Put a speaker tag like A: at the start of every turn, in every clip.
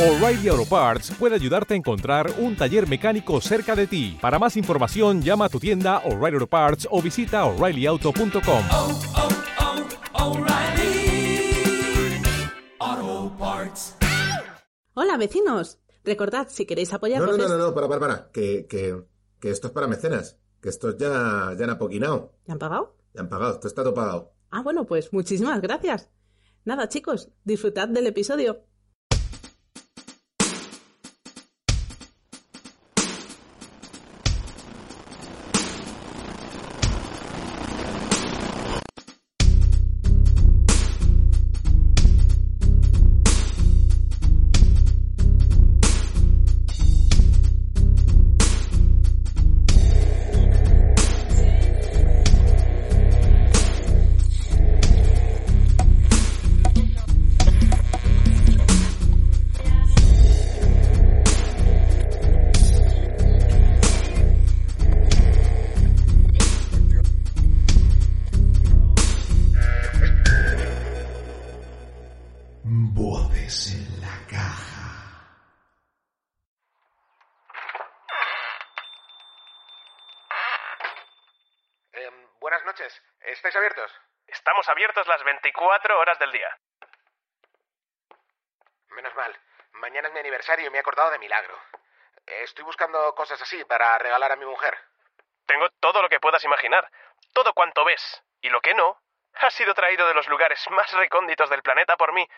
A: O'Reilly Auto Parts puede ayudarte a encontrar un taller mecánico cerca de ti. Para más información, llama a tu tienda O'Reilly Auto Parts o visita oreillyauto.com.
B: oh, oh, O'Reilly. Auto Parts.
C: Hola, vecinos. Recordad, si queréis apoyar pues
D: No, no,
C: con
D: no,
C: esto-
D: no, no, para, para, para. Que, que, que esto es para mecenas. Que esto ya, ya han apoquinado.
C: ¿Ya han pagado?
D: Ya han pagado, esto está todo pagado.
C: Ah, bueno, pues muchísimas gracias. Nada, chicos, disfrutad del episodio.
E: Voces en la caja.
F: Em, buenas noches, ¿estáis abiertos?
G: Estamos abiertos las 24 horas del día.
F: Menos mal, mañana es mi aniversario y me he acordado de milagro. Eh, Estoy buscando cosas así para regalar a mi mujer.
G: Tengo todo lo que puedas imaginar, todo cuanto ves, y lo que no, ha sido traído de los lugares más recónditos del planeta por mí,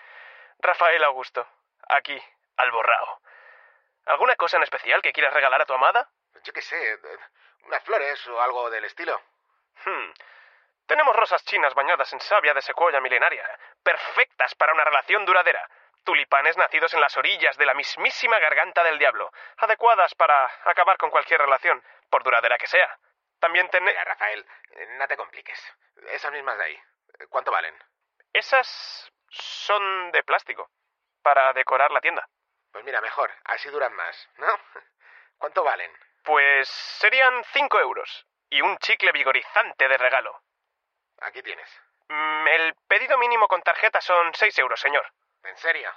G: Rafael Augusto, aquí, al borrao. ¿Alguna cosa en especial que quieras regalar a tu amada?
F: Yo qué sé, eh, unas flores o algo del estilo.
G: Hmm. Tenemos rosas chinas bañadas en savia de secuoya milenaria, perfectas para una relación duradera. Tulipanes nacidos en las orillas de la mismísima garganta del diablo, adecuadas para acabar con cualquier relación, por duradera que sea. También tenemos...
F: Mira, Rafael, eh, no te compliques. Esas mismas de ahí. Eh, ¿Cuánto valen?
G: Esas son de plástico, para decorar la tienda.
F: Pues mira, mejor, así duran más, ¿no? ¿Cuánto valen?
G: Pues serían 5 euros y un chicle vigorizante de regalo.
F: Aquí tienes.
G: Mm, el pedido mínimo con tarjeta son 6 euros, señor.
F: ¿En serio?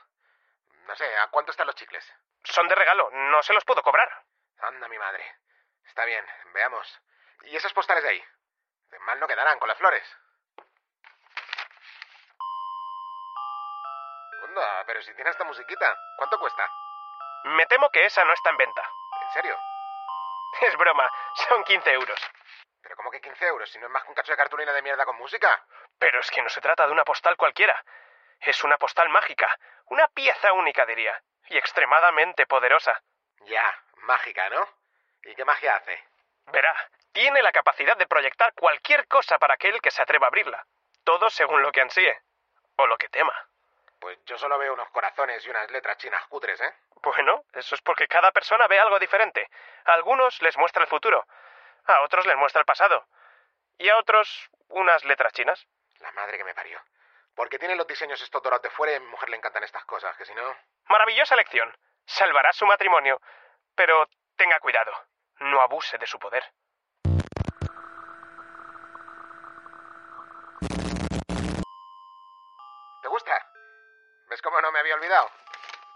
F: No sé, ¿a cuánto están los chicles?
G: Son de regalo, no se los puedo cobrar.
F: Anda, mi madre. Está bien, veamos. ¿Y esos postales de ahí? De mal no quedarán con las flores. Onda, pero si tiene esta musiquita, ¿cuánto cuesta?
G: Me temo que esa no está en venta.
F: ¿En serio?
G: Es broma, son 15 euros.
F: ¿Pero cómo que 15 euros si no es más que un cacho de cartulina de mierda con música?
G: Pero es que no se trata de una postal cualquiera. Es una postal mágica, una pieza única, diría, y extremadamente poderosa.
F: Ya, mágica, ¿no? ¿Y qué magia hace?
G: Verá, tiene la capacidad de proyectar cualquier cosa para aquel que se atreva a abrirla. Todo según lo que ansíe. O lo que tema.
F: Pues yo solo veo unos corazones y unas letras chinas cutres, ¿eh?
G: Bueno, eso es porque cada persona ve algo diferente. A algunos les muestra el futuro, a otros les muestra el pasado, y a otros unas letras chinas.
F: La madre que me parió. Porque tienen los diseños estos dorados de fuera y a mi mujer le encantan estas cosas, que si no...
G: Maravillosa lección. Salvará su matrimonio. Pero tenga cuidado. No abuse de su poder.
F: ¿Te gusta? ¿Ves cómo no me había olvidado?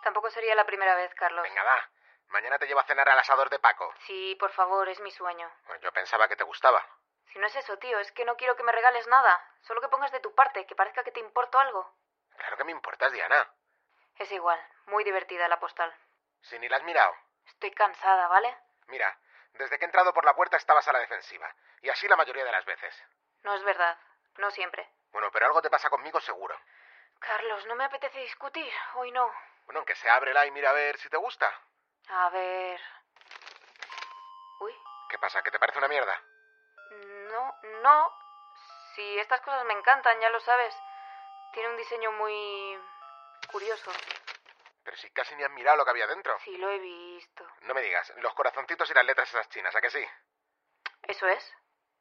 H: Tampoco sería la primera vez, Carlos.
F: Venga, va. Mañana te llevo a cenar al asador de Paco.
H: Sí, por favor, es mi sueño.
F: Bueno, Yo pensaba que te gustaba.
H: Si no es eso, tío, es que no quiero que me regales nada. Solo que pongas de tu parte, que parezca que te importo algo.
F: Claro que me importas, Diana.
H: Es igual, muy divertida la postal.
F: Si ni la has mirado.
H: Estoy cansada, ¿vale?
F: Mira, desde que he entrado por la puerta estabas a la defensiva. Y así la mayoría de las veces.
H: No es verdad, no siempre.
F: Bueno, pero algo te pasa conmigo seguro.
H: Carlos, no me apetece discutir, hoy no.
F: Bueno, aunque se ábrela y mira a ver si te gusta.
H: A ver. Uy,
F: ¿Qué pasa? ¿Que te parece una mierda?
H: no, no. Si estas cosas me encantan, ya lo sabes. Tiene un diseño muy curioso.
F: Pero si casi ni has mirado lo que había dentro.
H: Sí, lo he visto.
F: No me digas, los corazoncitos y las letras esas chinas, ¿a que sí?
H: ¿Eso es?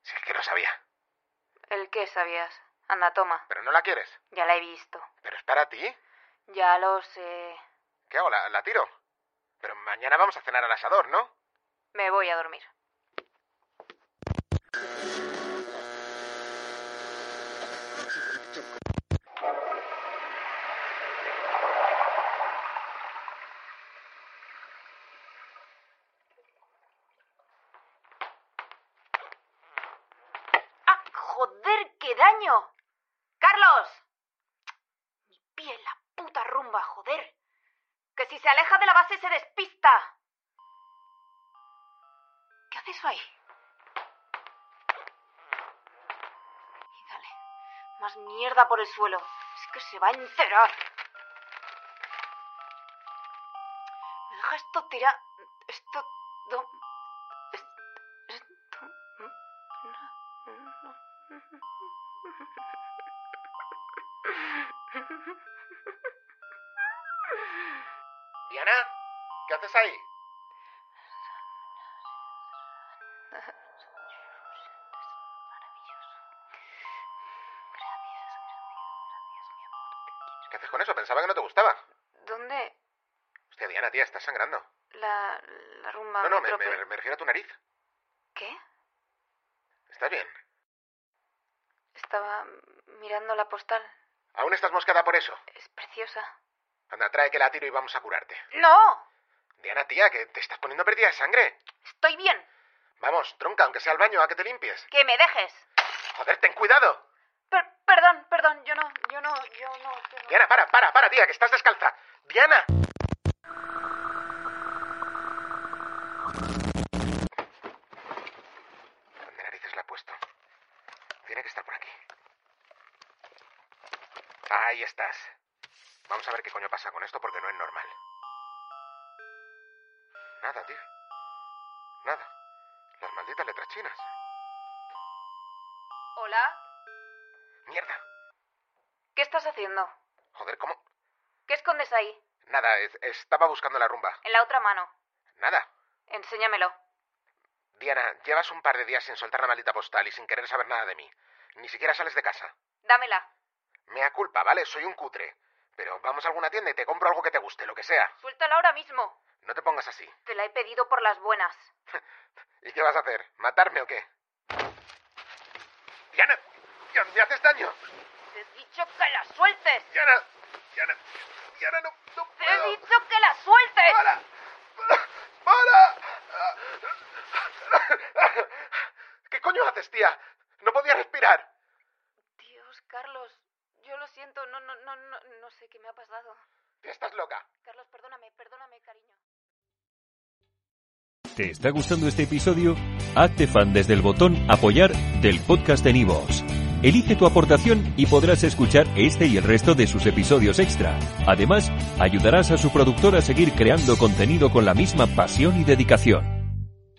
F: Si es que lo sabía.
H: ¿El qué sabías? Anda, toma.
F: ¿Pero no la quieres?
H: Ya la he visto.
F: ¿Pero es para ti?
H: Ya lo sé.
F: ¿Qué hago? ¿La, la tiro? Pero mañana vamos a cenar al asador, ¿no?
H: Me voy a dormir. ¡Ah, coño! ¡Carlos! Mi pie en la puta rumba, joder. Que si se aleja de la base se despista. ¿Qué hace eso ahí? Y dale, más mierda por el suelo. Es que se va a encerar. Me deja esto tirar. Esto. No. es- Esto. no, no, no.
F: Diana, ¿qué haces ahí? ¿Qué haces con eso? Pensaba que no te gustaba.
H: ¿Dónde?
F: Hostia, Diana, tía, estás sangrando.
H: La, la rumba.
F: no, no, Ah, me,
H: metrópoli-
F: me- me refiero a tu nariz.
H: ¿Qué?
F: ¿Estás bien?
H: Estaba mirando la postal.
F: Aún estás moscada por eso.
H: Es preciosa.
F: Anda, trae que la tiro y vamos a curarte.
H: ¡No!
F: Diana, tía, que te estás poniendo pérdida de sangre.
H: Estoy bien.
F: Vamos, tronca, aunque sea al baño, a que te limpies.
H: Que me dejes.
F: Joder, ten cuidado.
H: Per- perdón, perdón. Yo no, yo no, yo no. Yo no.
F: Diana, para, para, para, tía, que estás descalza. Diana. ¿Dónde narices la he puesto? Tiene que estar por aquí. Ahí estás. Vamos a ver qué coño pasa con esto porque no es normal. Nada, tío. Nada. Las malditas letras chinas.
H: Hola.
F: Mierda.
H: ¿Qué estás haciendo?
F: Joder, ¿cómo?
H: ¿Qué escondes ahí?
F: Nada, es- estaba buscando la rumba.
H: En la otra mano.
F: Nada.
H: Enséñamelo.
F: Diana, llevas un par de días sin soltar la maldita postal y sin querer saber nada de mí. Ni siquiera sales de casa.
H: Dámela.
F: Mea culpa, ¿vale? Soy un cutre. Pero vamos a alguna tienda y te compro algo que te guste, lo que sea.
H: Suéltala ahora mismo.
F: No te pongas así.
H: Te la he pedido por las buenas.
F: ¿Y qué vas a hacer? ¿Matarme o qué? Diana, Diana, me haces daño.
H: Te he dicho que la sueltes.
F: Diana, Diana, Diana, no, no
H: Te he
F: puedo.
H: dicho que la sueltes.
F: ¡Para! ¡Para! ¡Para! ¿Qué coño haces, tía? No podía respirar.
H: Dios, Carlos. Yo lo siento. No, no, no, no, no sé qué me ha pasado.
F: Tía, estás loca.
H: Carlos, perdóname, perdóname, cariño.
I: ¿Te está gustando este episodio? Hazte fan desde el botón Apoyar del podcast de Nivos. Elige tu aportación y podrás escuchar este y el resto de sus episodios extra. Además, ayudarás a su productor a seguir creando contenido con la misma pasión y dedicación.